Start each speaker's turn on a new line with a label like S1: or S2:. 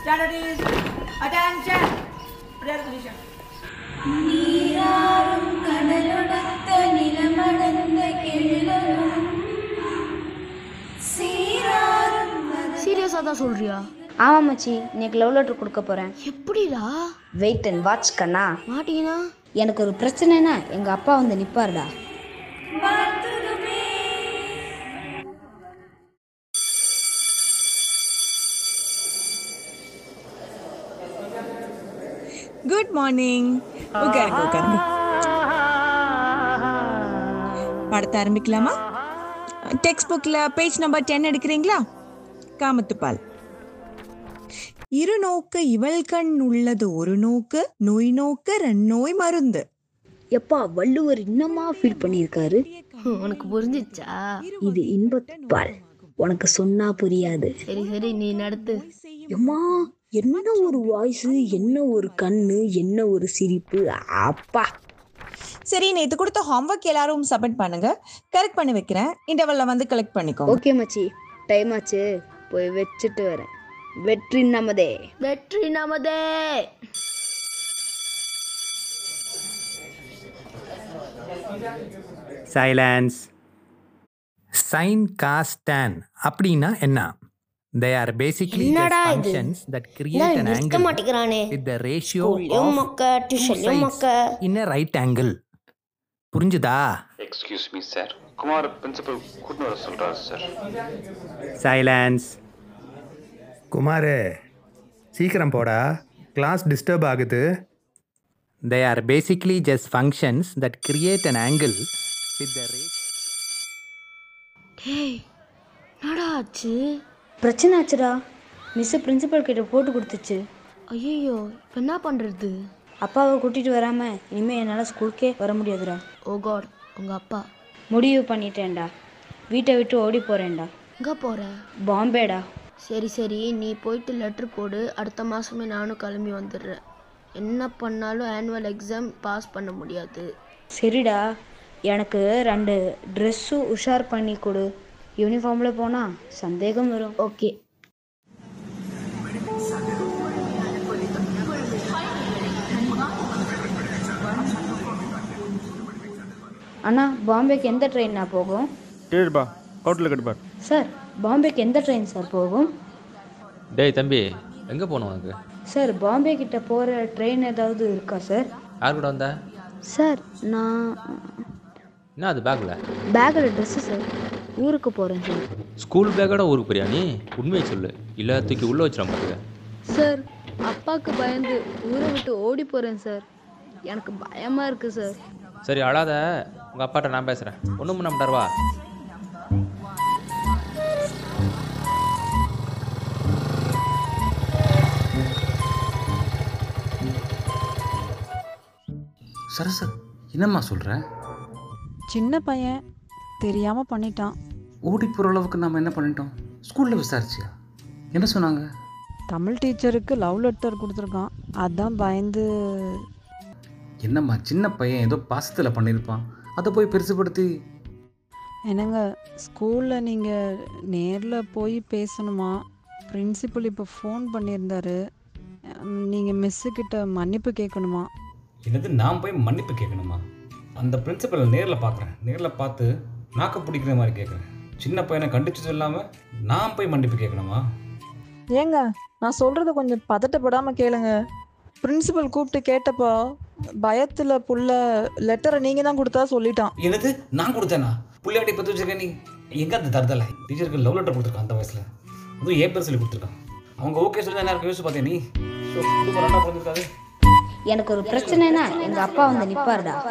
S1: Standard is attention. Prayer position.
S2: நீராறும் கடலொடுத்த நிலமடந்த எழிலனும் சீராறும் மத-
S3: சீரியஸாக தான் சொல்றியா
S4: ஆமாம் மச்சி இன்னைக்கு லவ் லெட்டர் கொடுக்க போகிறேன்
S3: எப்படிடா
S4: வெயிட் அண்ட் வாட்ச் கண்ணா
S3: மாட்டீங்கன்னா
S4: எனக்கு ஒரு பிரச்சனைனா எங்கள் அப்பா வந்து நிற்பார்டா
S2: பார்த்துதுமே.
S5: குட் மார்னிங் உட்காருங்க உட்காருங்க படத்தை ஆரம்பிக்கலாமா டெக்ஸ்ட் புக்கில் பேஜ் நம்பர் டென் எடுக்கிறீங்களா காமத்துப்பால் இரு நோக்கு இவள் கண் உள்ளது ஒரு நோக்கு நோய் நோக்கு ரெண்டோய் மருந்து
S6: எப்பா வள்ளுவர் இன்னமா ஃபீல் பண்ணியிருக்காரு
S3: உனக்கு புரிஞ்சிச்சா
S6: இது இன்பப்பால் உனக்கு சொன்னா புரியாது
S3: சரி சரி நீ நடத்து
S6: எம்மா என்ன ஒரு வாய்ஸ் என்ன ஒரு கண்ணு என்ன ஒரு சிரிப்பு அப்பா
S5: சரி நேற்று கொடுத்த ஹோம்ஒர்க் எல்லாரும் சப்மிட் பண்ணுங்க கரெக்ட் பண்ணி வைக்கிறேன் இன்டர்வல்ல வந்து கலெக்ட் பண்ணிக்கோங்க
S4: ஓகே மச்சி டைம் ஆச்சு போய் வச்சுட்டு வரேன் வெற்றி நமதே
S3: வெற்றி நமதே
S7: சைலன்ஸ் சைன் காஸ் tan அப்படின்னா என்ன தே ஆர் பேசிக்லி
S8: என்னடா இது?
S7: ஃபங்க்ஷன்ஸ் தட் கிரியேட் an
S8: என்ன நிறுத்த
S7: angle
S8: மாட்டேங்கிறானே
S7: with the ratio
S8: ஸ்கூல்லையும்
S7: of
S8: மொக்க டியூஷன்லையும்
S7: sides
S8: மொக்க
S7: in a right angle புரிஞ்சுதா
S9: excuse me sir Kumar principal கூட்டின்னு வர சொல்கிறாரு சார்
S7: சைலன்ஸ் குமார் சீக்கிரம் போடா கிளாஸ் டிஸ்டர்ப் ஆகுது they are basically just functions that create an angle with the ratio
S3: டேய் என்னடா ஆச்சு
S4: பிரச்சனை ஆச்சுடா மிஸ் பிரின்சிபல் கிட்ட போட்டு கொடுத்துச்சு
S3: ஐயோ இப்போ என்ன பண்ணுறது
S4: அப்பாவை கூட்டிட்டு வராம இனிமே என்னால் ஸ்கூலுக்கே வர முடியாதுடா
S3: ஓ காட் உங்கள் அப்பா
S4: முடிவு பண்ணிட்டேன்டா வீட்டை விட்டு ஓடி போறேன்டா
S3: எங்கே போகிற
S4: பாம்பேடா
S3: சரி சரி நீ போயிட்டு லெட்ரு போடு அடுத்த மாதமே நானும் கிளம்பி வந்துடுறேன் என்ன பண்ணாலும் ஆனுவல் எக்ஸாம் பாஸ் பண்ண முடியாது
S4: சரிடா எனக்கு ரெண்டு ட்ரெஸ்ஸும் உஷார் பண்ணி கொடு யூனிஃபார்மில் போனால் சந்தேகம் வரும்
S3: ஓகே
S4: அண்ணா பாம்பேக்கு எந்த ட்ரெயின்னா போகும்
S10: கேடுப்பா ஹோட்டலில் கேட்டுப்பார்
S4: சார் பாம்பேக்கு எந்த ட்ரெயின் சார் போகும்
S11: டேய் தம்பி எங்கே போகணும் உனக்கு
S4: சார் பாம்பே கிட்ட போகிற ட்ரெயின் ஏதாவது இருக்கா சார்
S11: யார் கூட வந்த
S4: சார் நான்
S11: என்ன அது பேக்கில்
S4: பேக்கில் ட்ரெஸ்ஸு சார் ஊருக்கு போகிறேன் சார்
S11: ஸ்கூல் பேக்கோட ஊருக்கு போறியா நீ உண்மையை சொல்லு இல்லை தூக்கி உள்ளே வச்சிடும் பார்த்துக்க
S6: சார் அப்பாக்கு பயந்து ஊரை விட்டு ஓடி போறேன் சார் எனக்கு பயமா இருக்கு சார்
S11: சரி அழாத உங்கள் அப்பாட்ட நான் பேசுகிறேன் ஒன்றும் பண்ண மாட்டார் வா
S9: சரசு என்னம்மா சொல்கிற
S5: சின்ன பையன் தெரியாமல் பண்ணிட்டான்
S9: ஓடி போகிற அளவுக்கு நம்ம என்ன பண்ணிட்டோம் ஸ்கூலில் விசாரிச்சியா என்ன சொன்னாங்க
S5: தமிழ் டீச்சருக்கு லவ் லெட்டர் கொடுத்துருக்கான் அதான் பயந்து
S9: என்னம்மா சின்ன பையன் ஏதோ பாசத்தில் பண்ணியிருப்பான் அதை போய் பெருசுபடுத்தி
S5: என்னங்க ஸ்கூலில் நீங்கள் நேரில் போய் பேசணுமா பிரின்சிபல் இப்போ ஃபோன் பண்ணியிருந்தாரு நீங்கள் மிஸ்ஸுக்கிட்ட மன்னிப்பு கேட்கணுமா
S9: என்னது நான் போய் மன்னிப்பு கேட்கணுமா அந்த பிரின்சிபலை நேரில் பார்க்குறேன் நேரில் பார்த்து நாக்கு பிடிக்கிற மாதிரி கேட்குறேன் சின்ன பையனை கண்டிச்சு சொல்லாமல் நான் போய் மன்னிப்பு கேட்கணுமா
S5: ஏங்க நான் சொல்கிறத கொஞ்சம் பதட்டப்படாமல் கேளுங்க பிரின்சிபல் கூப்பிட்டு கேட்டப்போ பயத்தில் புள்ள லெட்டரை நீங்கள் தான் கொடுத்தா சொல்லிட்டான்
S9: என்னது நான் கொடுத்தேனா புள்ளையாட்டி பத்து வச்சிருக்க நீ எங்கே அந்த தருதலை டீச்சருக்கு லவ் லெட்டர் கொடுத்துருக்கான் அந்த வயசில் அதுவும் ஏன் பேர் சொல்லி கொடுத்துருக்கான் அவங்க ஓகே சொல்லி தான் எனக்கு யோசிச்சு பார்த்தேன் நீ ஸோ கொடுக்க ரெண்டா கொடுத்துருக்காது
S4: எனக்கு ஒரு பிரச்சனைனா எங்கள் அப்பா வந்து நிற்பார்டா